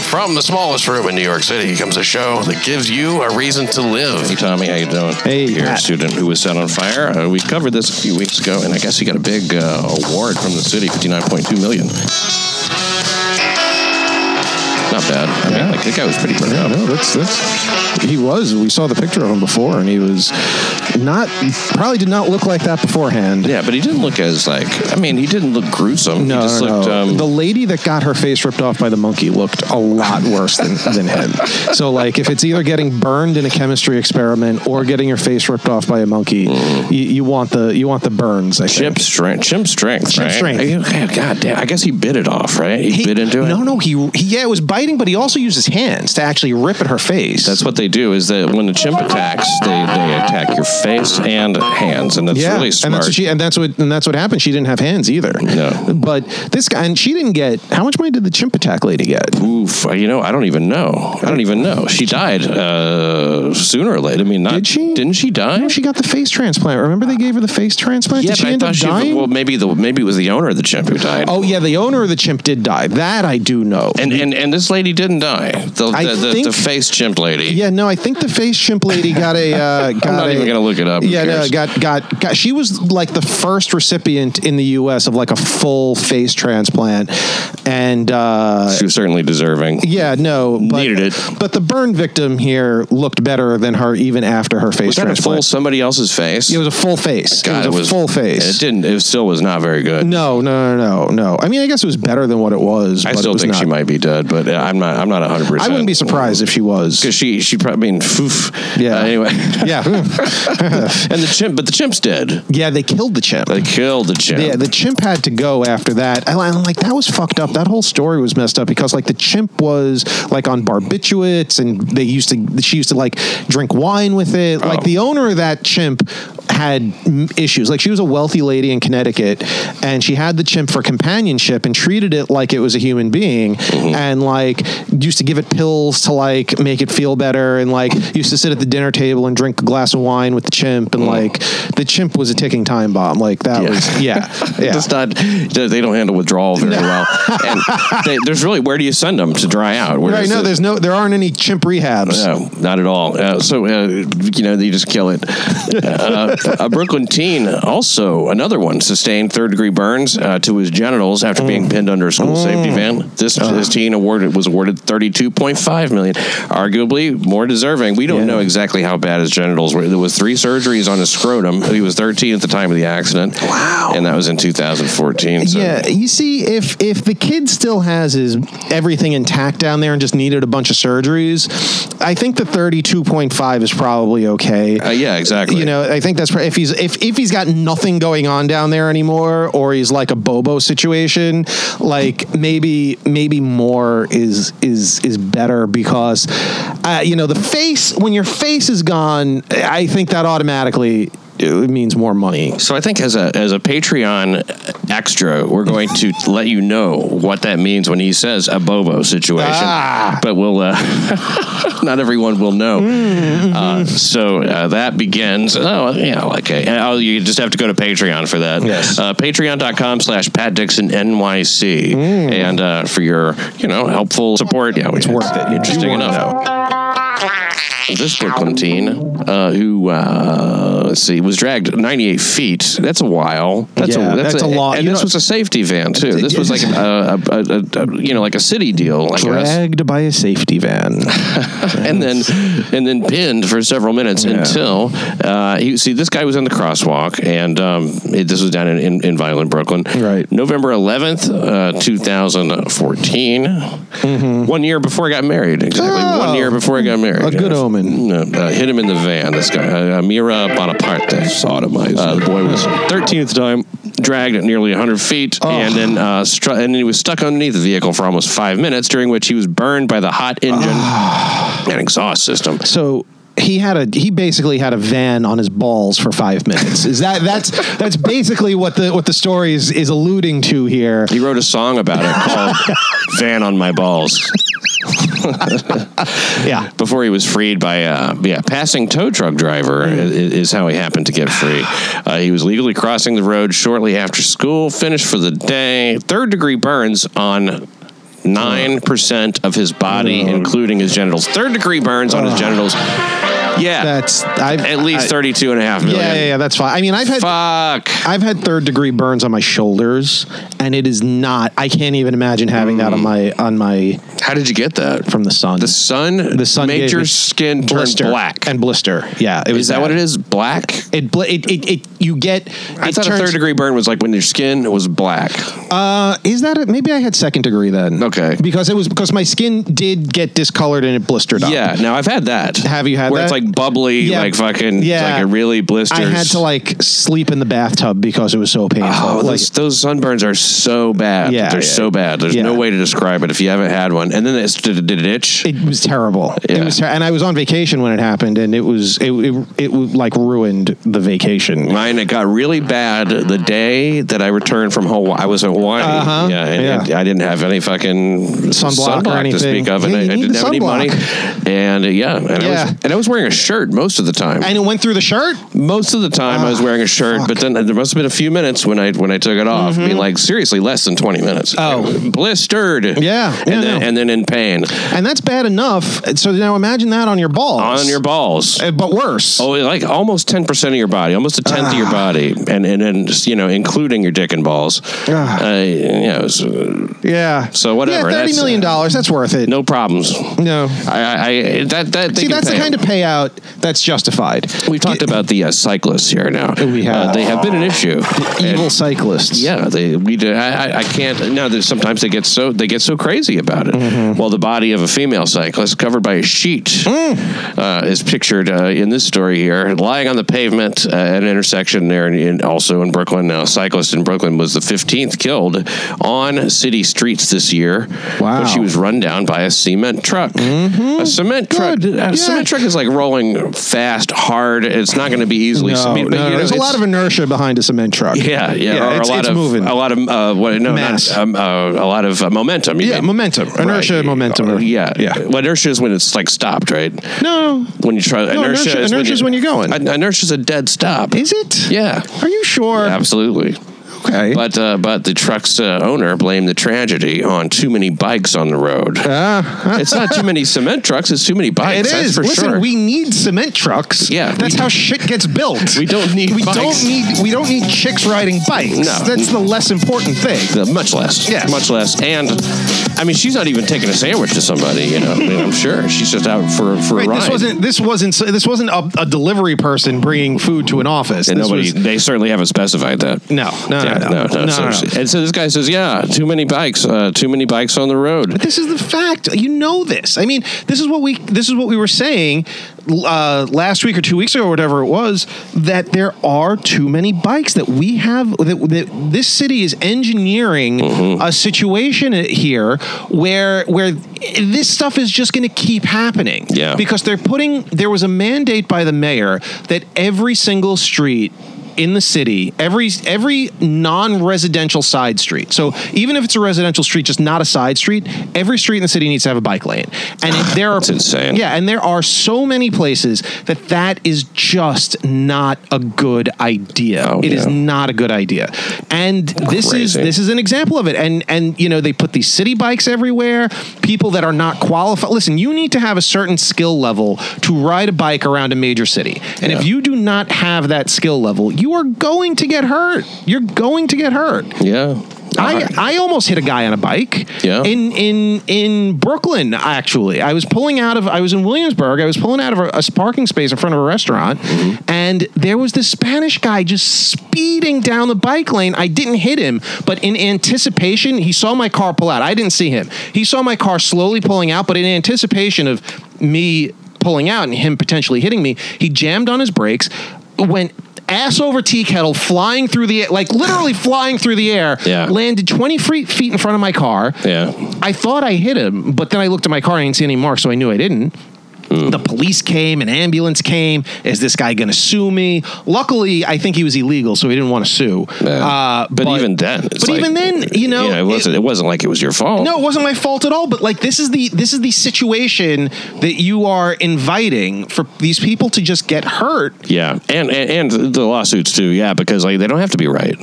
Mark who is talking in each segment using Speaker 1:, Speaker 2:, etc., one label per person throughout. Speaker 1: From the smallest room in New York City comes a show that gives you a reason to live.
Speaker 2: Hey, Tommy, how you doing?
Speaker 3: Hey,
Speaker 2: You're a
Speaker 3: Pat.
Speaker 2: student who was set on fire. Uh, we covered this a few weeks ago, and I guess he got a big uh, award from the city, fifty-nine point two million. Not bad. I mean, like, the guy was pretty
Speaker 3: Yeah,
Speaker 2: brilliant.
Speaker 3: no, that's that's. He was. We saw the picture of him before, and he was not. Probably did not look like that beforehand.
Speaker 2: Yeah, but he didn't look as like. I mean, he didn't look gruesome.
Speaker 3: No,
Speaker 2: he just
Speaker 3: no,
Speaker 2: looked.
Speaker 3: no.
Speaker 2: Um,
Speaker 3: the lady that got her face ripped off by the monkey looked a lot worse than, than him. So, like, if it's either getting burned in a chemistry experiment or getting your face ripped off by a monkey,
Speaker 2: Mm.
Speaker 3: you, you want the you want the burns. I
Speaker 2: Chimp
Speaker 3: think.
Speaker 2: strength, chimp strength,
Speaker 3: Chimp
Speaker 2: right?
Speaker 3: strength.
Speaker 2: Are you- okay, God damn! I guess he bit it off, right? He,
Speaker 3: He-
Speaker 2: bit into it.
Speaker 3: No, no, he, he yeah, it was biting, but he also used his hands to actually rip at her face.
Speaker 2: That's what they do. Is that when the chimp attacks, they, they attack your face and hands, and that's
Speaker 3: yeah,
Speaker 2: really smart.
Speaker 3: and that's what she and that's what and that's what happened. She didn't have hands either.
Speaker 2: No.
Speaker 3: but this guy and she didn't get how much money did the chimp attack lady get?
Speaker 2: Oof, you know, I don't even know. I don't even know. She died uh, sooner or later. I mean, not,
Speaker 3: Did she?
Speaker 2: Didn't she die?
Speaker 3: No, she got the face transplant. Remember they gave her the face transplant?
Speaker 2: yeah,
Speaker 3: did she
Speaker 2: but I
Speaker 3: end
Speaker 2: thought
Speaker 3: up
Speaker 2: she.
Speaker 3: dying?
Speaker 2: Well, maybe the maybe it was the owner of the chimp who died.
Speaker 3: oh yeah, the owner of the chimp did die. That I do know.
Speaker 2: and and, and this lady didn't die. The
Speaker 3: I
Speaker 2: the, the,
Speaker 3: think-
Speaker 2: the face chimp lady.
Speaker 3: yeah, no, I think the face chimp lady got a uh, got
Speaker 2: not
Speaker 3: a-
Speaker 2: even gonna look it up. Who
Speaker 3: Yeah, no,
Speaker 2: cares?
Speaker 3: got, got got she was like the first recipient in the U.S. of like a full face transplant, and uh,
Speaker 2: she was certainly deserving.
Speaker 3: Yeah, no, but,
Speaker 2: Needed it.
Speaker 3: But the burn victim here looked better than her even after her face
Speaker 2: Was that a full
Speaker 3: transplant.
Speaker 2: somebody else's face?
Speaker 3: it was a full face.
Speaker 2: God,
Speaker 3: it was a full face.
Speaker 2: It didn't. It still was not very good.
Speaker 3: no, no, no, no, no. I mean, I guess it was better than what it was.
Speaker 2: I
Speaker 3: but it
Speaker 2: still
Speaker 3: was
Speaker 2: think
Speaker 3: not.
Speaker 2: she might be dead, but uh, I'm not. I'm not 100. percent
Speaker 3: I wouldn't be surprised if she was.
Speaker 2: because she she probably I mean oof.
Speaker 3: Yeah.
Speaker 2: Uh, anyway,
Speaker 3: yeah,
Speaker 2: and the chimp, but the chimp's dead.
Speaker 3: yeah. They killed the chimp.
Speaker 2: They killed the chimp.
Speaker 3: Yeah, the chimp had to go after that. And I'm like, that was fucked up. That whole story was messed up because like the chimp was like on barbiturates and they used to she used to like drink wine with it. Like
Speaker 2: Oh.
Speaker 3: the owner of that chimp had mm, issues. Like she was a wealthy lady in Connecticut and she had the chimp for companionship and treated it like it was a human being
Speaker 2: Mm-hmm.
Speaker 3: and like used to give it pills to like make it feel better and like used to sit at the dinner table and drink a glass of wine with the chimp and like the chimp was a ticking time bomb. Like that
Speaker 2: Mm. Yeah.
Speaker 3: was yeah, yeah.
Speaker 2: It's not. They don't handle withdrawal very well. And they, there's really where do you send them to dry out? Where
Speaker 3: right.
Speaker 2: is
Speaker 3: No,
Speaker 2: it?
Speaker 3: there's no, there aren't any chimp rehabs.
Speaker 2: No, not at all. Uh, so uh, you know, you just kill it. Uh, a Brooklyn teen, also another one, sustained third-degree burns uh, to his genitals after
Speaker 3: Mm.
Speaker 2: being pinned under a school safety van. This,
Speaker 3: Uh-huh.
Speaker 2: this teen awarded was awarded thirty-two point five million, arguably more deserving. We don't know exactly how bad his genitals were. There was three surgeries on his scrotum. He was thirteen at the time of the accident. Wow, and that was in two thousand fourteen. So.
Speaker 3: Yeah, you see, if if the kid still has his everything intact down there and just needed a bunch of surgeries, I think the thirty two point five is probably okay.
Speaker 2: Uh, yeah, exactly.
Speaker 3: You know, I think that's pr- if he's if if he's got nothing going on down there anymore, or he's like a Bobo situation, like maybe maybe more is is is better because, uh, you know, the face when your face is gone, I think that automatically it means more money.
Speaker 2: So I think as a as a Patreon extra, we're going to let you know what that means when he says a Bobo situation.
Speaker 3: Ah.
Speaker 2: But we'll uh, not everyone will know.
Speaker 3: Mm-hmm.
Speaker 2: Uh, so uh, that begins. Oh yeah, okay. And, Oh, you just have to go to Patreon for that.
Speaker 3: Yes.
Speaker 2: Uh, Patreon.com slash Pat Dixon NYC,
Speaker 3: Mm.
Speaker 2: and uh, for your you know helpful support. Yeah, it's
Speaker 3: worth it. You
Speaker 2: Interesting
Speaker 3: wanna
Speaker 2: enough this Brooklyn teen uh, who uh, let's see was dragged 98 feet. That's a while. That's
Speaker 3: Yeah,
Speaker 2: a
Speaker 3: that's a lot.
Speaker 2: And
Speaker 3: You
Speaker 2: this
Speaker 3: know-
Speaker 2: was a safety van too. This was like a, a, a, a- you know like a city deal, I guess.
Speaker 3: Dragged by a safety van.
Speaker 2: And then and then pinned for several minutes until uh, you see this guy was in the crosswalk, and um, it, this was down in, in, in violent Brooklyn,
Speaker 3: Right.
Speaker 2: November 11th, uh, 2014. One year before I got married, exactly. One
Speaker 3: Mm-hmm. Oh.
Speaker 2: year before I got married.
Speaker 3: A good
Speaker 2: Yes.
Speaker 3: omen.
Speaker 2: No, uh, hit him in the van. This guy, uh, Amira Bonaparte, sodomized. Uh, the boy was 13th time, dragged at nearly 100 feet, and then uh, str- and he was stuck underneath the vehicle for almost five minutes, during which he was burned by the hot engine and exhaust system.
Speaker 3: So he had a he basically had a van on his balls for five minutes. Is that that's that's basically what the what the story is is alluding to here.
Speaker 2: He wrote a song about it called "Van on My Balls."
Speaker 3: Yeah.
Speaker 2: before he was freed by uh, yeah passing tow truck driver
Speaker 3: Mm-hmm.
Speaker 2: i is, is how he happened to get free. Uh, he was legally crossing the road shortly after school, finished for the day. Third degree burns on nine percent of his body, including his genitals. Third degree burns on his genitals. Yeah,
Speaker 3: That's I
Speaker 2: at least
Speaker 3: I-
Speaker 2: 32 and a half million.
Speaker 3: Yeah, yeah, yeah, that's fine. I mean, I've had
Speaker 2: Fuck.
Speaker 3: I've had third degree burns on my shoulders, and it is not. I can't even imagine having that on my on my
Speaker 2: How did you get that?
Speaker 3: from the sun.
Speaker 2: Mm. The sun.
Speaker 3: The sun
Speaker 2: made
Speaker 3: gave
Speaker 2: your
Speaker 3: me
Speaker 2: skin turn
Speaker 3: blister
Speaker 2: black.
Speaker 3: and blister. Yeah, it was
Speaker 2: is that what
Speaker 3: bad.
Speaker 2: it is? Black.
Speaker 3: It, bl- it, it, it you get.
Speaker 2: I
Speaker 3: it
Speaker 2: thought a
Speaker 3: turns-
Speaker 2: third degree burn was like when your skin was black.
Speaker 3: Uh, is that it? Maybe I had second degree then.
Speaker 2: Okay.
Speaker 3: Because it was because my skin did get discolored and it blistered up.
Speaker 2: Yeah. Now I've had that.
Speaker 3: Have you had
Speaker 2: where
Speaker 3: that?
Speaker 2: it's like bubbly,
Speaker 3: Yeah.
Speaker 2: like fucking,
Speaker 3: Yeah.
Speaker 2: like it really blisters.
Speaker 3: I had to like sleep in the bathtub because it was so painful.
Speaker 2: Oh,
Speaker 3: like,
Speaker 2: those, those sunburns are so bad.
Speaker 3: Yeah,
Speaker 2: They're
Speaker 3: yeah.
Speaker 2: so bad. There's
Speaker 3: Yeah.
Speaker 2: no way to describe it if you haven't had one. And then it's, did it did it itch?
Speaker 3: it was terrible.
Speaker 2: Yeah.
Speaker 3: It was ter- and I was on vacation when it happened, and it was it it, it like ruined the vacation.
Speaker 2: Mine, it got really bad the day that I returned from Hawaii. I was in Hawaii.
Speaker 3: Uh-huh.
Speaker 2: Yeah, and,
Speaker 3: Yeah.
Speaker 2: and I didn't have any fucking
Speaker 3: Sunblock or
Speaker 2: to speak
Speaker 3: anything.
Speaker 2: of, and
Speaker 3: Yeah,
Speaker 2: I,
Speaker 3: you
Speaker 2: I
Speaker 3: need
Speaker 2: didn't
Speaker 3: the
Speaker 2: have any money.
Speaker 3: sunblock.
Speaker 2: And uh, yeah, and, I
Speaker 3: Yeah.
Speaker 2: was, and I was wearing a shirt most of the time.
Speaker 3: And it went through the shirt.
Speaker 2: most of the time, I was
Speaker 3: Ah,
Speaker 2: wearing a shirt, but then there must have been a few minutes when I when I took it off. I mean, like seriously, less than twenty minutes.
Speaker 3: Mm-hmm. Oh.
Speaker 2: blistered.
Speaker 3: Yeah,
Speaker 2: and
Speaker 3: yeah,
Speaker 2: then
Speaker 3: no.
Speaker 2: and then in pain
Speaker 3: And that's bad enough. So now imagine that on your balls.
Speaker 2: on your balls.
Speaker 3: Uh, but worse.
Speaker 2: Oh, like almost ten percent of your body, almost a tenth of your body, and and then just, you know, including your dick and balls.
Speaker 3: Ah.
Speaker 2: Uh, you know, so,
Speaker 3: yeah.
Speaker 2: so whatever,
Speaker 3: Yeah, thirty
Speaker 2: that's-
Speaker 3: million dollars. That's worth it.
Speaker 2: uh, no problems.
Speaker 3: No.
Speaker 2: I, I, I that that they
Speaker 3: Mm. See,
Speaker 2: can
Speaker 3: that's the
Speaker 2: pay
Speaker 3: kind of payout that's justified.
Speaker 2: We've talked about the uh, cyclists here now.
Speaker 3: We have.
Speaker 2: Uh, they have been an issue.
Speaker 3: Evil
Speaker 2: And-
Speaker 3: cyclists.
Speaker 2: yeah, they we do. I, I- I can't. No, there's- sometimes they get so they get so crazy about it.
Speaker 3: Mm-hmm.
Speaker 2: Well, the body of a female cyclist covered by a sheet
Speaker 3: Mm.
Speaker 2: uh, is pictured uh, in this story here, lying on the pavement uh, at an intersection there, and in, also in Brooklyn. Now, a cyclist in Brooklyn was the 15th killed on city streets this year.
Speaker 3: Wow. Mm-hmm.
Speaker 2: when she was run down by a cement truck. A cement truck.
Speaker 3: Good.
Speaker 2: A
Speaker 3: Yeah.
Speaker 2: cement truck is like rolling fast, hard. It's not going to be easily.
Speaker 3: No,
Speaker 2: but,
Speaker 3: no,
Speaker 2: you know,
Speaker 3: there's a
Speaker 2: it's-
Speaker 3: lot of inertia behind a cement truck.
Speaker 2: yeah, yeah, or
Speaker 3: Yeah, it's-
Speaker 2: a lot
Speaker 3: it's
Speaker 2: of
Speaker 3: moving.
Speaker 2: a lot of uh, what, no,
Speaker 3: Mass.
Speaker 2: Not, um, uh, a lot of uh, momentum. you
Speaker 3: Yeah,
Speaker 2: mean.
Speaker 3: momentum. Inertia,
Speaker 2: Right.
Speaker 3: momentum.
Speaker 2: Uh, yeah,
Speaker 3: Yeah.
Speaker 2: Well, inertia is when it's like stopped, right?
Speaker 3: No.
Speaker 2: When you try
Speaker 3: No, inertia-
Speaker 2: is
Speaker 3: inertia is when you're going.
Speaker 2: Uh, inertia is a dead stop.
Speaker 3: Is it?
Speaker 2: Yeah,
Speaker 3: Are you sure?
Speaker 2: absolutely.
Speaker 3: Okay.
Speaker 2: But uh, but the truck's uh, owner blamed the tragedy on too many bikes on the road.
Speaker 3: Ah,
Speaker 2: it's not too many cement trucks. It's too many
Speaker 3: it
Speaker 2: bikes. that's
Speaker 3: is.
Speaker 2: for
Speaker 3: Listen,
Speaker 2: sure.
Speaker 3: we need cement trucks.
Speaker 2: Yeah,
Speaker 3: That's
Speaker 2: we-
Speaker 3: how shit gets built.
Speaker 2: We don't need
Speaker 3: We
Speaker 2: bikes.
Speaker 3: don't need. We don't need chicks riding bikes.
Speaker 2: No.
Speaker 3: That's the less important thing.
Speaker 2: Uh, much less.
Speaker 3: Yes.
Speaker 2: Much less. And I mean, she's not even taking a sandwich to somebody. You know, I mean, I'm sure she's just out for for
Speaker 3: Right,
Speaker 2: a ride.
Speaker 3: this wasn't. This wasn't. This wasn't a, a delivery person bringing food to an office.
Speaker 2: And
Speaker 3: This
Speaker 2: nobody.
Speaker 3: was-
Speaker 2: they certainly haven't specified that.
Speaker 3: no, no,
Speaker 2: Yeah,
Speaker 3: no, no, no,
Speaker 2: so-
Speaker 3: no, no.
Speaker 2: And so this guy says, "Yeah, too many bikes. Uh, too many bikes on the road."
Speaker 3: This is the fact. You know this. I mean, this is what we this is what we were saying uh, last week or two weeks ago, or whatever it was, that there are too many bikes that we have. That, that this city is engineering a situation here where where this stuff is just going to keep happening.
Speaker 2: Yeah.
Speaker 3: because they're putting. There was a mandate by the mayor that every single street. In the city, every every non-residential side street. So even if it's a residential street, just not a side street, every street in the city needs to have a bike lane. And if there are
Speaker 2: That's insane.
Speaker 3: yeah, and there are so many places that that is just not a good idea.
Speaker 2: Oh,
Speaker 3: It is
Speaker 2: yeah.
Speaker 3: not a good idea. And this is
Speaker 2: Crazy.
Speaker 3: this is an example of it. And and you know they put these city bikes everywhere. People that are not qualified. Listen, you need to have a certain skill level to ride a bike around a major city. And
Speaker 2: Yeah.
Speaker 3: if you do not have that skill level, you are going to get hurt. You're going to get hurt.
Speaker 2: Yeah. Uh-huh.
Speaker 3: I, I almost hit a guy on a bike.
Speaker 2: Yeah.
Speaker 3: In in in Brooklyn, actually, I was pulling out of I was in Williamsburg. I was pulling out of a, a parking space in front of a restaurant,
Speaker 2: Mm-hmm.
Speaker 3: and there was this Spanish guy just speeding down the bike lane. I didn't hit him, but in anticipation, he saw my car pull out. I didn't see him. He saw my car slowly pulling out, but in anticipation of me pulling out and him potentially hitting me, he jammed on his brakes, went. Ass over tea kettle, flying through the air, like literally flying through the air,
Speaker 2: Yeah.
Speaker 3: landed 20 free- feet in front of my car.
Speaker 2: Yeah.
Speaker 3: I thought I hit him, but then I looked at my car and I didn't see any marks, so I knew I didn't.
Speaker 2: Hmm.
Speaker 3: The police came, an ambulance came. Is this guy going to sue me? Luckily, I think he was illegal, so he didn't want to sue.
Speaker 2: Yeah.
Speaker 3: Uh,
Speaker 2: but, even then, it's
Speaker 3: but
Speaker 2: like-
Speaker 3: even then, you know,
Speaker 2: it wasn't. It, wasn't like it was your fault.
Speaker 3: no, it wasn't my fault at all. But like, this is the this is the situation that you are inviting for these people to just get hurt. Hmm.
Speaker 2: Yeah, and, and and the lawsuits too. Yeah, because like they don't have to be right.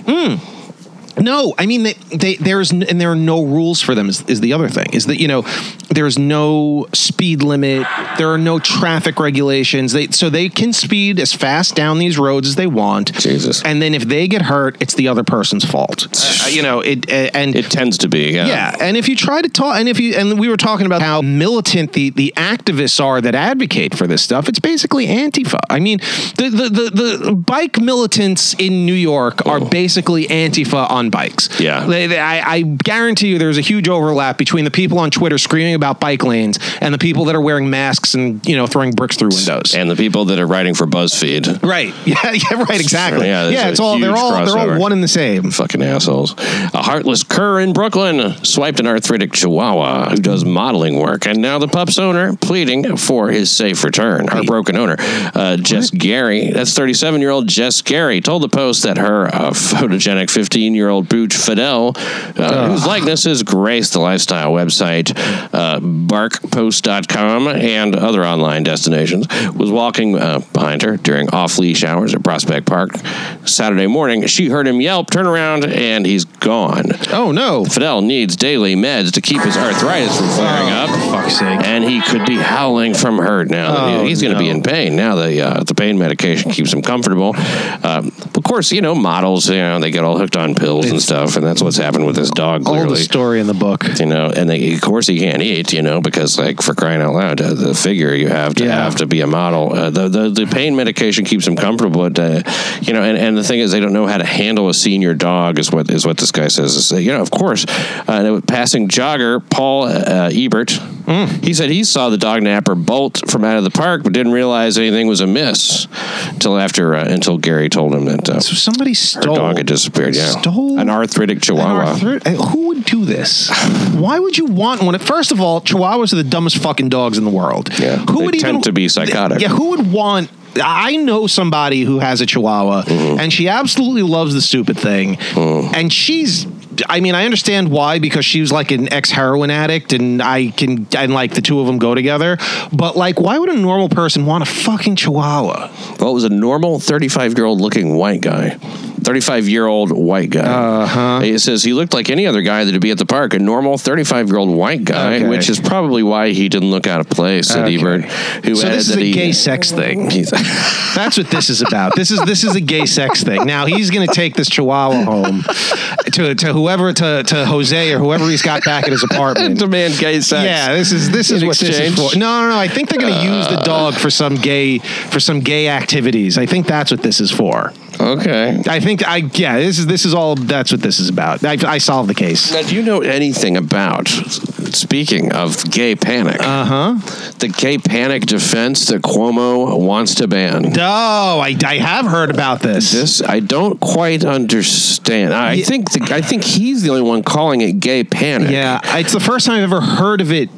Speaker 3: No, I mean they, they there's n- and there are no rules for them. Is, is the other thing is that you know there's no speed limit, there are no traffic regulations. They so they can speed as fast down these roads as they want.
Speaker 2: Jesus.
Speaker 3: And then if they get hurt, it's the other person's fault. Uh, you know it uh, and
Speaker 2: It tends to be, yeah.
Speaker 3: yeah, and if you try to talk, and if you, and we were talking about how militant the the activists are that advocate for this stuff. It's basically Antifa. I mean, the the the, the bike militants in New York are basically Antifa on bikes.
Speaker 2: Oh. Yeah.
Speaker 3: they, they, I, I guarantee you, there's a huge overlap between the people on Twitter screaming about bike lanes and the people that are wearing masks and you know throwing bricks through windows.
Speaker 2: And the people that are writing for BuzzFeed.
Speaker 3: Right. Yeah. Yeah. Right. Exactly.
Speaker 2: Yeah,
Speaker 3: Yeah.
Speaker 2: there's a
Speaker 3: it's all. They're
Speaker 2: huge
Speaker 3: all. They're
Speaker 2: crossover.
Speaker 3: all one and the same.
Speaker 2: Fucking assholes. A heartless cur in Brooklyn swiped an arthritic chihuahua who does modeling work, and now the pup's owner pleading for his safe return. Heartbroken owner, uh, Jess Gary, that's 37 year old Jess Gary, told the Post that her uh, photogenic 15 year old Booch Fidel, uh, whose likeness has graced the lifestyle website uh, barkpost.com and other online destinations, was walking uh, behind her during off leash hours at Prospect Park Saturday morning. She heard him yelp, turn around, and he's gone.
Speaker 3: Oh no.
Speaker 2: Fidel needs daily meds to keep his arthritis from flaring
Speaker 3: For
Speaker 2: up.
Speaker 3: fuck's sake.
Speaker 2: And he could be howling from hurt now. that
Speaker 3: Oh,
Speaker 2: he- he's going to be
Speaker 3: no.
Speaker 2: in pain now. The uh, the pain medication keeps him comfortable. Um, of course, you know models. You know they get all hooked on pills and stuff, and that's what's happened with this dog.
Speaker 3: All the
Speaker 2: Clearly,
Speaker 3: story in the book.
Speaker 2: you know, and they, of course he can't eat, you know, because like for crying out loud, uh, the figure you have to
Speaker 3: Yeah.
Speaker 2: have to be a model. Uh, the, the the pain medication keeps him comfortable, but uh, you know, and, and the thing is, they don't know how to handle a senior dog is what is what this guy says. Is, uh, you know, of course, uh, and it was passing jogger Paul uh, Ebert,
Speaker 3: Hmm.
Speaker 2: he said he saw the dog napper bolt from out of the park, but didn't realize anything was amiss until after uh, until Gary told him that. Uh,
Speaker 3: So somebody
Speaker 2: her
Speaker 3: stole.
Speaker 2: dog had disappeared. Yeah,
Speaker 3: Stole
Speaker 2: an arthritic
Speaker 3: An
Speaker 2: chihuahua.
Speaker 3: Arthur- uh, who would do this? Why would you want one? First of all, Chihuahuas are the dumbest fucking dogs in the world.
Speaker 2: Yeah,
Speaker 3: who
Speaker 2: they
Speaker 3: would even
Speaker 2: tend to be psychotic.
Speaker 3: Yeah, who would want? I know somebody who has a Chihuahua,
Speaker 2: Mm-hmm.
Speaker 3: and she absolutely loves the stupid thing, and she's. I mean, I understand why because she was like an ex heroin addict, and I can and like the two of them go together. But like, why would a normal person want a fucking Chihuahua?
Speaker 2: Well, it was a normal 35 year old looking white guy. 35 year old white guy. Uh
Speaker 3: Uh-huh.
Speaker 2: huh. It says he looked like any other guy that'd be at the park, a normal 35 year old white guy,
Speaker 3: Okay.
Speaker 2: which is probably why he didn't look out of place at
Speaker 3: Okay.
Speaker 2: Ebert, who
Speaker 3: so
Speaker 2: added
Speaker 3: this is
Speaker 2: that
Speaker 3: a
Speaker 2: he.
Speaker 3: gay sex thing.
Speaker 2: he's-
Speaker 3: That's what this is about. This is this is a gay sex thing. Now he's going to take this Chihuahua home to to whoever to to Jose or whoever he's got back at his apartment.
Speaker 2: demand gay sex.
Speaker 3: Yeah, this is this is
Speaker 2: In
Speaker 3: what
Speaker 2: exchange? Uh.
Speaker 3: this is for. No, no, no. I think they're going to use the dog for some gay for some gay activities. I think that's what this is for.
Speaker 2: Okay.
Speaker 3: I think I yeah. This is this is all. That's what this is about. I, I solved the case.
Speaker 2: Now, do you know anything about, speaking of gay panic,
Speaker 3: Uh huh.
Speaker 2: the gay panic defense that Cuomo wants to ban?
Speaker 3: Oh, I, I have heard about this.
Speaker 2: This I don't quite understand. I
Speaker 3: Yeah.
Speaker 2: think the, I think he's the only one calling it gay panic.
Speaker 3: Yeah, it's the first time I've ever heard of it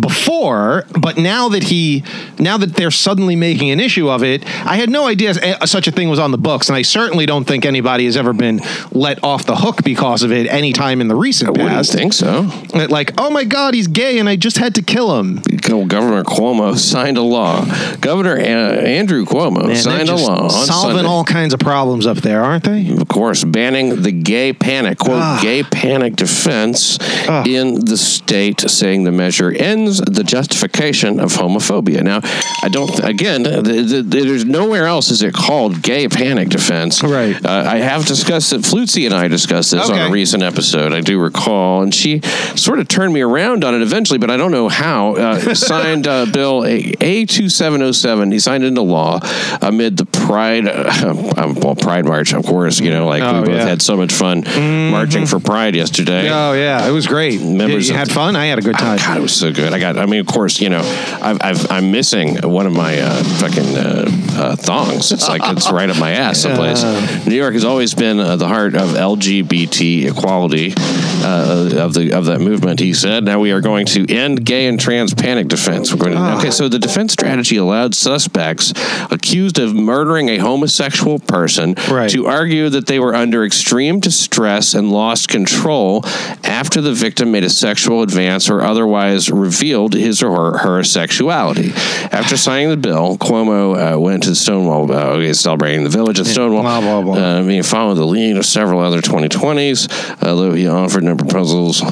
Speaker 3: before, but now that he, now that they're suddenly making an issue of it, I had no idea s- such a thing was on the books, and I certainly don't think anybody has ever been let off the hook because of it any time in the recent
Speaker 2: I wouldn't
Speaker 3: past.
Speaker 2: think so.
Speaker 3: That, Like, oh my God, he's gay, and I just had to kill him.
Speaker 2: Governor Cuomo signed a law. Governor uh, Andrew Cuomo
Speaker 3: Man, they're
Speaker 2: signed a
Speaker 3: just
Speaker 2: law on
Speaker 3: solving
Speaker 2: Sunday,
Speaker 3: all kinds of problems up there, aren't they?
Speaker 2: of course, banning the gay panic quote
Speaker 3: Ah.
Speaker 2: gay panic defense
Speaker 3: Ah.
Speaker 2: in the state, saying the measure ends the justification of homophobia. Now, I don't. Again, th th there's nowhere else is it called gay panic defense.
Speaker 3: Right.
Speaker 2: Uh, I have discussed it. Flutzy and I discussed this on a
Speaker 3: Okay.
Speaker 2: recent episode. I do recall, and she sort of turned me around on it eventually, but I don't know how. Uh, signed uh, Bill A two seven zero seven. He signed into law amid the Pride, uh, um, well, Pride March, of course. You know, like
Speaker 3: Oh,
Speaker 2: we both
Speaker 3: yeah.
Speaker 2: had so much fun marching for Pride yesterday.
Speaker 3: Oh yeah, it was great.
Speaker 2: Members
Speaker 3: you, you
Speaker 2: of
Speaker 3: had
Speaker 2: the-
Speaker 3: fun. I had a good time.
Speaker 2: God, it was so good. I got. I mean, of course, you know, I've, I've, I'm missing one of my uh, fucking uh, uh, thongs. It's like it's right up my ass someplace. New York has always been uh, the heart of LGBT equality uh, of the of that movement. He said. Now we are going to end gay and trans panic defense. We're going to. Okay, so the defense strategy allowed suspects accused of murdering a homosexual person
Speaker 3: Right.
Speaker 2: to argue that they were under extreme distress and lost control after the victim made a sexual advance or otherwise revealed his or her, her sexuality. After signing the bill, Cuomo uh, went went to the Stonewall, uh, okay, celebrating the village of Stonewall.
Speaker 3: blah, blah, blah.
Speaker 2: Uh, I mean, followed the lead of several other 2020s, although he offered no proposals.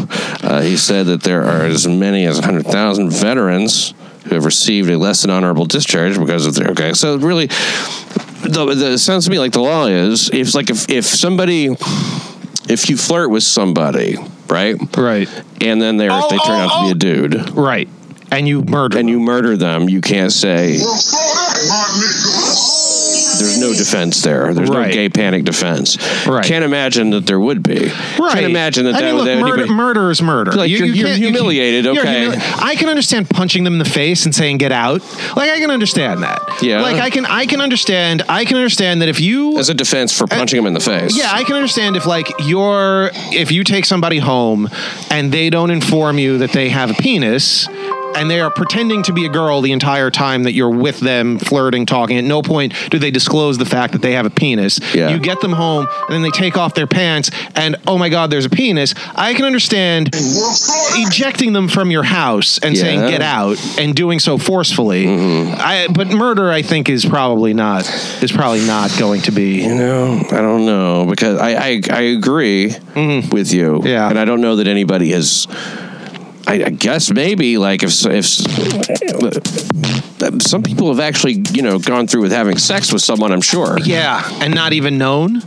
Speaker 2: Uh, he said that there are as many as 100,000 veterans who have received a less than honorable discharge because of their. Okay, so really, the, the it sounds to me like the law is if like if if somebody if you flirt with somebody, right,
Speaker 3: Right.
Speaker 2: and then they're
Speaker 3: Oh,
Speaker 2: they turn
Speaker 3: oh,
Speaker 2: out to be a dude.
Speaker 3: Right. And you murder.
Speaker 2: And you murder them, you can't say there's no defense there. There's
Speaker 3: Right.
Speaker 2: no gay panic defense.
Speaker 3: Right.
Speaker 2: Can't imagine that there would be.
Speaker 3: Right.
Speaker 2: Can't imagine that
Speaker 3: I
Speaker 2: that
Speaker 3: mean,
Speaker 2: would
Speaker 3: look,
Speaker 2: that
Speaker 3: murder,
Speaker 2: anybody-
Speaker 3: murder is murder.
Speaker 2: Like, you're- you're
Speaker 3: can't-
Speaker 2: humiliated,
Speaker 3: you're
Speaker 2: okay.
Speaker 3: I can understand punching them in the face and saying "get out." Like I can understand that.
Speaker 2: Yeah.
Speaker 3: Like I can I can understand I can understand that if you
Speaker 2: as a defense for punching him in the face.
Speaker 3: yeah, I can understand if like you're if you take somebody home and they don't inform you that they have a penis and they are pretending to be a girl the entire time that you're with them flirting talking at no point do they disclose the fact that they have a penis
Speaker 2: Yeah.
Speaker 3: you get them home and then they take off their pants and oh my god there's a penis i can understand ejecting them from your house and saying
Speaker 2: Yeah. Mm-hmm.
Speaker 3: get out and doing so forcefully I, but murder i think is probably not is probably not going to be
Speaker 2: You know, I don't know because I I, I agree with you.
Speaker 3: Mm-hmm. Yeah.
Speaker 2: and I don't know that anybody has. I, I guess maybe like if if uh, some people have actually you know gone through with having sex with someone. I'm sure.
Speaker 3: Yeah, and not even known.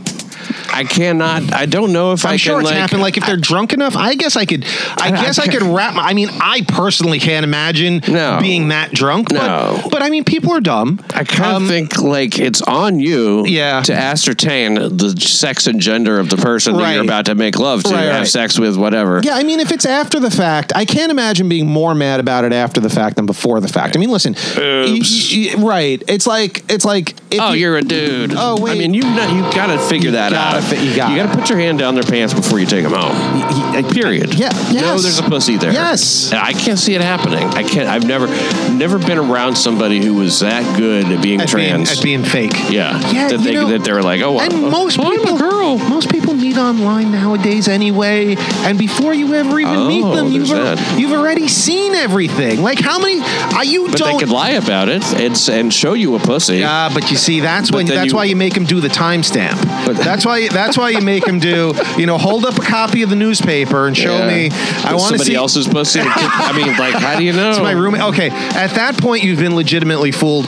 Speaker 2: I cannot. I don't know if
Speaker 3: I'm
Speaker 2: I
Speaker 3: sure
Speaker 2: can
Speaker 3: it's
Speaker 2: like.
Speaker 3: happened. Like if they're drunk enough, I guess I could. I, guess I, could wrap. My, I mean, I personally can't imagine
Speaker 2: No.
Speaker 3: being that drunk.
Speaker 2: No.
Speaker 3: but, but I mean, people are dumb.
Speaker 2: I kind of
Speaker 3: Um,
Speaker 2: think like it's on you
Speaker 3: Yeah.
Speaker 2: to ascertain the sex and gender of the person that you're
Speaker 3: Right.
Speaker 2: about to make love to,
Speaker 3: Right,
Speaker 2: have
Speaker 3: right.
Speaker 2: sex with, whatever.
Speaker 3: Yeah, I mean, if it's after the fact, I can't imagine being more mad about it after the fact than before the fact. I mean, listen, y- y- y- right? It's like it's like if
Speaker 2: Oh,
Speaker 3: you-
Speaker 2: you're a dude.
Speaker 3: Oh, wait.
Speaker 2: I mean, you know, you gotta figure that
Speaker 3: gotta
Speaker 2: out.
Speaker 3: fi- you gotta.
Speaker 2: put your hand down their pants before you take them home. Period.
Speaker 3: Yeah,
Speaker 2: No,
Speaker 3: yes.
Speaker 2: there's a pussy there.
Speaker 3: Yes.
Speaker 2: And I can't see it happening. I can't. I've never, never been around somebody who was that good at being
Speaker 3: at
Speaker 2: trans.
Speaker 3: being, at being fake.
Speaker 2: yeah.
Speaker 3: Yeah,
Speaker 2: That
Speaker 3: you
Speaker 2: they
Speaker 3: know-
Speaker 2: that they were like, oh,
Speaker 3: and
Speaker 2: uh,
Speaker 3: most
Speaker 2: oh, I'm a
Speaker 3: people,
Speaker 2: girl.
Speaker 3: Most people meet online nowadays anyway, and before you ever even
Speaker 2: Oh,
Speaker 3: meet them, you've,
Speaker 2: there's
Speaker 3: al-
Speaker 2: that.
Speaker 3: you've already seen everything. Like how many? Uh, you
Speaker 2: But they
Speaker 3: don't.
Speaker 2: could lie about it and and show you a pussy.
Speaker 3: Ah, but you see, that's when
Speaker 2: then
Speaker 3: that's
Speaker 2: you-
Speaker 3: why you make him do the timestamp. That's why that's why you make him do. You know, hold up a copy of the newspaper and show
Speaker 2: Yeah.
Speaker 3: me. I
Speaker 2: With
Speaker 3: want to
Speaker 2: somebody Oh.
Speaker 3: see.
Speaker 2: else's pussy. I mean, like, how do you know?
Speaker 3: It's my roommate. Okay, at that point, you've been legitimately fooled.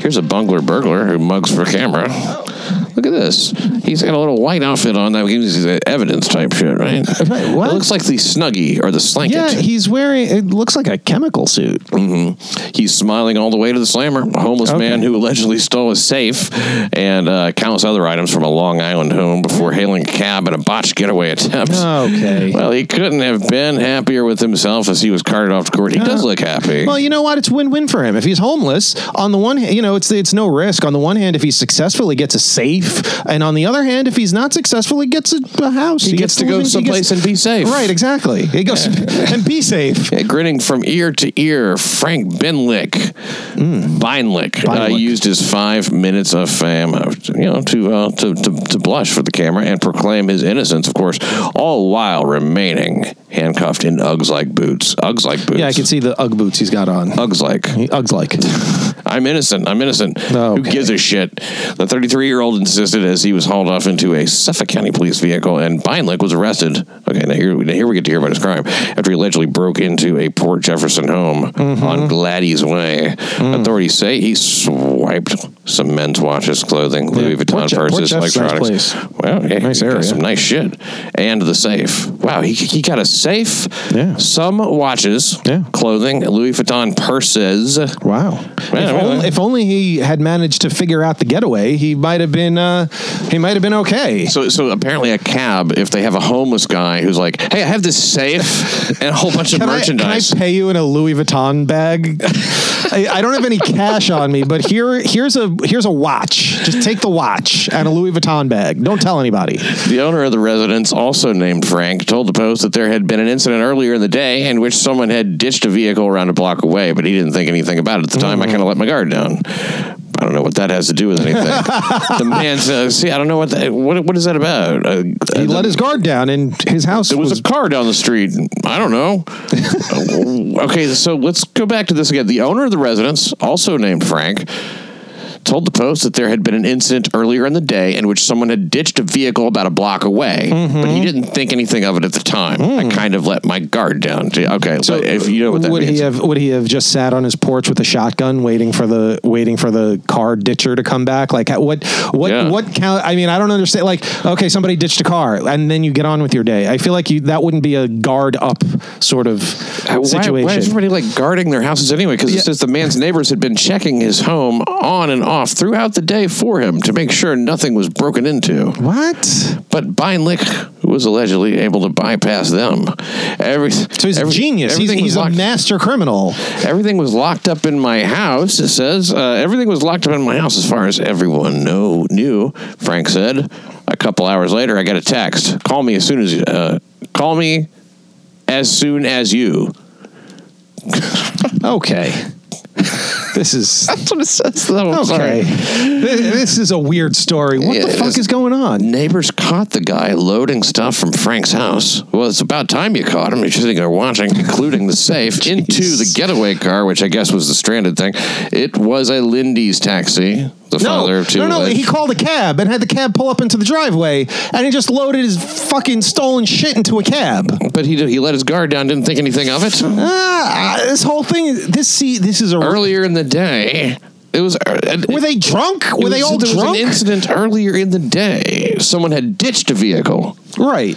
Speaker 2: Here's a bungler burglar who mugs for camera. Look at this. He's got a little white outfit on that gives you the evidence type shit, right?
Speaker 4: Right, what?
Speaker 2: It looks like the Snuggie or the Slanket.
Speaker 4: Yeah, he's wearing. It looks like a chemical suit.
Speaker 2: He's smiling all the way to the slammer, a homeless man who allegedly stole a safe and uh, countless other items from a Long Island home before hailing a cab in a botched getaway attempt.
Speaker 4: Okay.
Speaker 2: Well, he couldn't have been happier with himself as he was carted off to court. He does look happy.
Speaker 3: Well, you know what? It's win-win for him. If he's homeless, on the one, hand, you know, it's it's no risk. On the one hand, if he successfully gets a safe, and on the other hand, if he's not successful, he gets a, a house.
Speaker 2: he gets to
Speaker 3: live
Speaker 2: go
Speaker 3: in- he
Speaker 2: someplace
Speaker 3: gets-
Speaker 2: and be safe.
Speaker 3: right, exactly. He goes and be safe.
Speaker 2: Yeah, grinning from ear to ear, Frank Binlick, Beinlick, uh,
Speaker 3: Beinlick.
Speaker 2: used his five minutes of fame, uh, you know, to, uh, to to to blush for the camera and proclaim his innocence. Of course, all while remaining handcuffed in Uggs like boots. Uggs like boots.
Speaker 3: Yeah, I can see the UGG boots he's got on.
Speaker 2: Uggs like.
Speaker 3: Uggs like.
Speaker 2: I'm innocent. I'm innocent.
Speaker 3: Oh,
Speaker 2: Who
Speaker 3: okay.
Speaker 2: gives a shit? The 33 year old insisted as he was hauled off into a Suffolk County police vehicle, and Beinlick was arrested. Okay, now here, now here we get to hear about his crime after he allegedly broke into a Port Jefferson home
Speaker 3: Mm-hmm.
Speaker 2: on Gladys Way.
Speaker 3: Mm.
Speaker 2: Authorities say he swiped some men's watches, clothing, Louis
Speaker 3: Port
Speaker 2: Vuitton
Speaker 3: Je- Port
Speaker 2: purses,
Speaker 3: Jeff's a nice
Speaker 2: electronics.
Speaker 3: place.
Speaker 2: Well, yeah,
Speaker 3: Nice
Speaker 2: he got
Speaker 3: area.
Speaker 2: some nice shit, and the safe. Wow, he, he got a safe,
Speaker 3: Yeah.
Speaker 2: some watches,
Speaker 3: Yeah.
Speaker 2: clothing, Louis Vuitton purses.
Speaker 3: Wow.
Speaker 2: Yeah,
Speaker 3: if,
Speaker 2: yeah.
Speaker 3: only, if only he had managed to figure out the getaway, he might have been uh, he might have been okay.
Speaker 2: So, so apparently, a cab. If they have a homeless guy who's like, "Hey, I have this safe and a whole bunch of
Speaker 3: Can I, can I
Speaker 2: merchandise,"
Speaker 3: pay you in a Louis Vuitton bag? I, I don't have any cash on me, but here here's a here's a watch. Just take the watch and a Louis Vuitton bag. Don't tell anybody.
Speaker 2: the owner of the residence, also named Frank, told the Post that there had been an incident earlier in the day in which someone had ditched a vehicle around a block away, but he didn't think anything about it at the time. I kind of let my guard down. I don't know what that has to do with anything. the man's uh, see, I don't know what that what what is that about. Uh,
Speaker 3: He
Speaker 2: uh, the-
Speaker 3: let his guard down, and his house
Speaker 2: there was,
Speaker 3: was
Speaker 2: a car down the street. I don't know. okay, so let's go back to this again. The owner of the residence, also named Frank, told the Post that there had been an incident earlier in the day in which someone had ditched a vehicle about a block away, but
Speaker 3: Mm-hmm.
Speaker 2: he didn't think anything of it at the time. I kind of let my guard down. Gee, Okay, but if you know what that
Speaker 3: Mm. would
Speaker 2: means.
Speaker 3: he have would he have just sat on his porch with a shotgun waiting for the waiting for the car ditcher to come back like what what
Speaker 2: Yeah.
Speaker 3: what count I mean I don't understand like okay somebody ditched a car and then you get on with your day I feel like you that wouldn't be a guard up sort of
Speaker 2: Uh, why-
Speaker 3: situation
Speaker 2: Why, is everybody like guarding their houses anyway? Because
Speaker 3: Yeah.
Speaker 2: it says the man's neighbors had been checking his home on and off throughout the day for him to make sure nothing was broken into.
Speaker 3: what so
Speaker 2: But Beinlich was allegedly able to bypass them. Every, so
Speaker 3: he's a genius he's, he's a
Speaker 2: locked,
Speaker 3: master criminal
Speaker 2: Everything was locked up in my house, it says. Uh, everything was locked up in my house as far as everyone know, knew, Frank said. A couple hours later, I got a text. Call me as soon as, uh, call me as soon as you.
Speaker 3: okay this is
Speaker 2: That's what it says, though. I'm sorry.
Speaker 3: okay this, this is a weird story what
Speaker 2: Yeah,
Speaker 3: the fuck
Speaker 2: this-
Speaker 3: is going on
Speaker 2: Neighbors caught the guy loading stuff from Frank's house. Well, it's about time you caught him. You're sitting there watching, including the safe, into the getaway car, which I guess was the stranded thing. It was a Lindy's taxi. The
Speaker 3: No,
Speaker 2: father of two.
Speaker 3: no, no.
Speaker 2: alleged-
Speaker 3: He called a cab and had the cab pull up into the driveway, and he just loaded his fucking stolen shit into a cab.
Speaker 2: but he he let his guard down. Didn't think anything of it.
Speaker 3: Ah, this whole thing. This see, this is a.
Speaker 2: Earlier in the day, it was.
Speaker 3: Were they drunk? Were they all
Speaker 2: there
Speaker 3: drunk?
Speaker 2: was an incident earlier in the day. Someone had ditched a vehicle.
Speaker 3: right.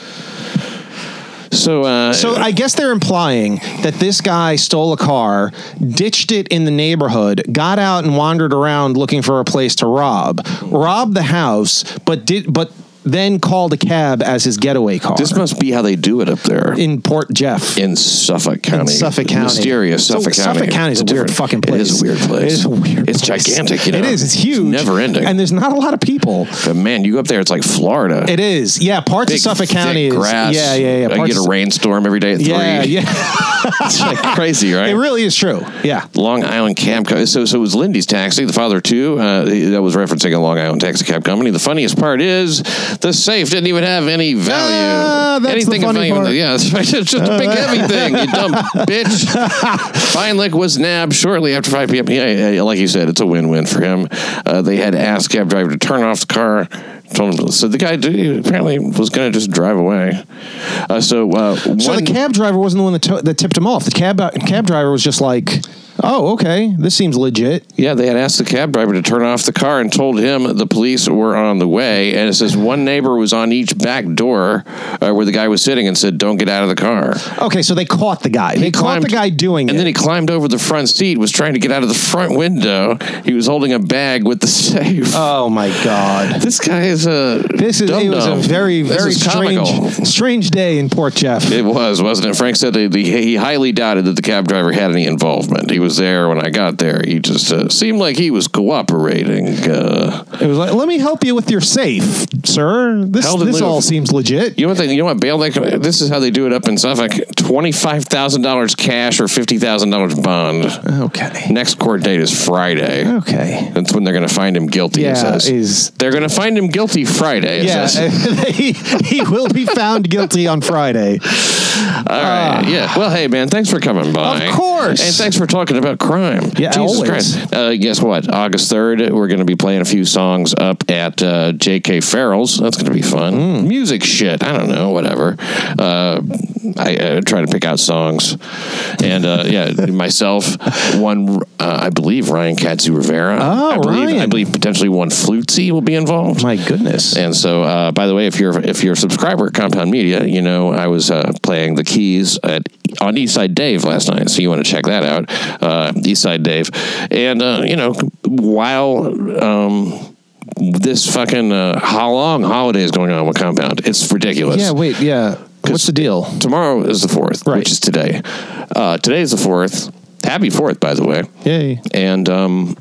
Speaker 2: So, uh,
Speaker 3: So I guess they're implying that this guy stole a car, ditched it in the neighborhood, got out and wandered around looking for a place to rob, robbed the house, but did but then called a cab as his getaway car
Speaker 2: this must be how they do it up there.
Speaker 3: in Port Jeff.
Speaker 2: in Suffolk County.
Speaker 3: Suffolk County.
Speaker 2: Mysterious
Speaker 3: So
Speaker 2: Suffolk County.
Speaker 3: Suffolk County is a
Speaker 2: It's
Speaker 3: weird
Speaker 2: different.
Speaker 3: fucking
Speaker 2: It
Speaker 3: place.
Speaker 2: is a weird place.
Speaker 3: It is a weird
Speaker 2: It's
Speaker 3: place.
Speaker 2: gigantic. You know?
Speaker 3: It is. It's huge.
Speaker 2: never ending.
Speaker 3: And there's not a lot of people.
Speaker 2: but man, you go up there, it's like Florida.
Speaker 3: It is. Yeah, parts
Speaker 2: Big,
Speaker 3: of Suffolk
Speaker 2: thick
Speaker 3: County is.
Speaker 2: Grass.
Speaker 3: Yeah, yeah, yeah.
Speaker 2: I
Speaker 3: Parts
Speaker 2: get a
Speaker 3: of-
Speaker 2: rainstorm every day at
Speaker 3: Yeah,
Speaker 2: three.
Speaker 3: yeah.
Speaker 2: it's like crazy, right?
Speaker 3: It really is true. Yeah.
Speaker 2: Long Island Cab Co. So, so it was Lindy's taxi, the father too. Uh, that was referencing a Long Island taxi cab company. The funniest part is the safe didn't even have any value.
Speaker 3: Ah, that's the
Speaker 2: Anything of
Speaker 3: funny
Speaker 2: value in
Speaker 3: part. Oh,
Speaker 2: yeah, it's right. It's just a big heavy thing. You dumb bitch. Feinlich was nabbed shortly after 5 p.m. Yeah, yeah, like you said, it's a win-win for him. Uh, they had asked cab driver to turn off the car. Told him, so the guy did- apparently was going to just drive away. Uh, so, uh,
Speaker 3: So
Speaker 2: one,
Speaker 3: the cab driver wasn't the one that, to- that tipped him off. The cab uh, cab driver was just like, "Oh, okay, this seems legit."
Speaker 2: Yeah, they had asked the cab driver to turn off the car and told him the police were on the way. And it says one neighbor was on each back door uh, where the guy was sitting and said, "Don't get out of the car."
Speaker 3: Okay, so they caught the guy. They caught the guy doing
Speaker 2: and
Speaker 3: it.
Speaker 2: then he climbed over the front seat, was trying to get out of the front window. He was holding a bag with the safe.
Speaker 3: oh my god.
Speaker 2: this guy is a
Speaker 3: This is it was a
Speaker 2: dum-dum.
Speaker 3: very
Speaker 2: This
Speaker 3: very
Speaker 2: is
Speaker 3: strange
Speaker 2: comical.
Speaker 3: strange day in Port Jeff.
Speaker 2: It was, wasn't it? Frank said that the, he highly doubted that the cab driver had any involvement. He was there when I got there. He just uh, seemed like he was cooperating. Uh,
Speaker 3: It was like, let me help you with your safe, sir. This
Speaker 2: Held in
Speaker 3: this
Speaker 2: lieu
Speaker 3: all
Speaker 2: of-
Speaker 3: seems legit.
Speaker 2: You know what? They, you know what? Bail. They, this is how they do it up in Suffolk: twenty-five thousand dollars cash or fifty thousand dollars bond.
Speaker 3: Okay.
Speaker 2: Next court date is Friday.
Speaker 3: Okay.
Speaker 2: That's when they're going to find him guilty.
Speaker 3: Yeah,
Speaker 2: it says.
Speaker 3: is-
Speaker 2: they're going to find him guilty Friday. It
Speaker 3: Yeah,
Speaker 2: says.
Speaker 3: he, he will be found guilty on Friday.
Speaker 2: All right. yeah. Well, hey, man, thanks for coming by.
Speaker 3: Ah. Of course.
Speaker 2: And thanks for talking about crime.
Speaker 3: Yeah,
Speaker 2: Jesus
Speaker 3: always.
Speaker 2: Christ. Uh, guess what? August 3rd, we're going to be playing a few songs up at uh, J.K. Farrell's. That's going to be fun.
Speaker 3: Hmm.
Speaker 2: Music shit. I don't know. Whatever. Uh, I, I try to pick out songs. And uh, yeah, myself, one, uh, I believe Ryan Katsu Rivera.
Speaker 3: Oh,
Speaker 2: I believe, I
Speaker 3: Ryan.
Speaker 2: believe potentially one Flutzy will be involved.
Speaker 3: My goodness.
Speaker 2: And so, uh, by the way, if you're if you're a subscriber at Compound Media, you know I was uh, playing the keys at on Eastside Dave last night, so you want to check that out, uh, Eastside Dave. And uh, you know, while um, this fucking uh, how long holiday is going on with Compound, it's ridiculous.
Speaker 3: Yeah, wait, yeah. What's the deal?
Speaker 2: Tomorrow is the fourth,
Speaker 3: Right.
Speaker 2: which is today. Uh, today is the fourth. Happy fourth, by the way
Speaker 3: Yay.
Speaker 2: and um,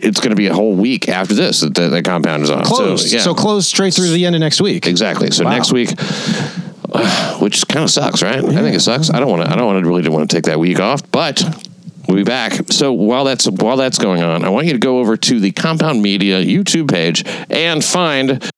Speaker 2: it's going to be a whole week after this that the, the compound is on.
Speaker 3: Closed. So,
Speaker 2: yeah,
Speaker 3: closed straight through the end of next week.
Speaker 2: exactly. So
Speaker 3: Wow.
Speaker 2: next week, which kind of sucks, right? I think it sucks. I don't want to. I don't want to really want to take that week off, but. We'll be back. So while that's while that's going on, I want you to go over to the Compound Media YouTube page and find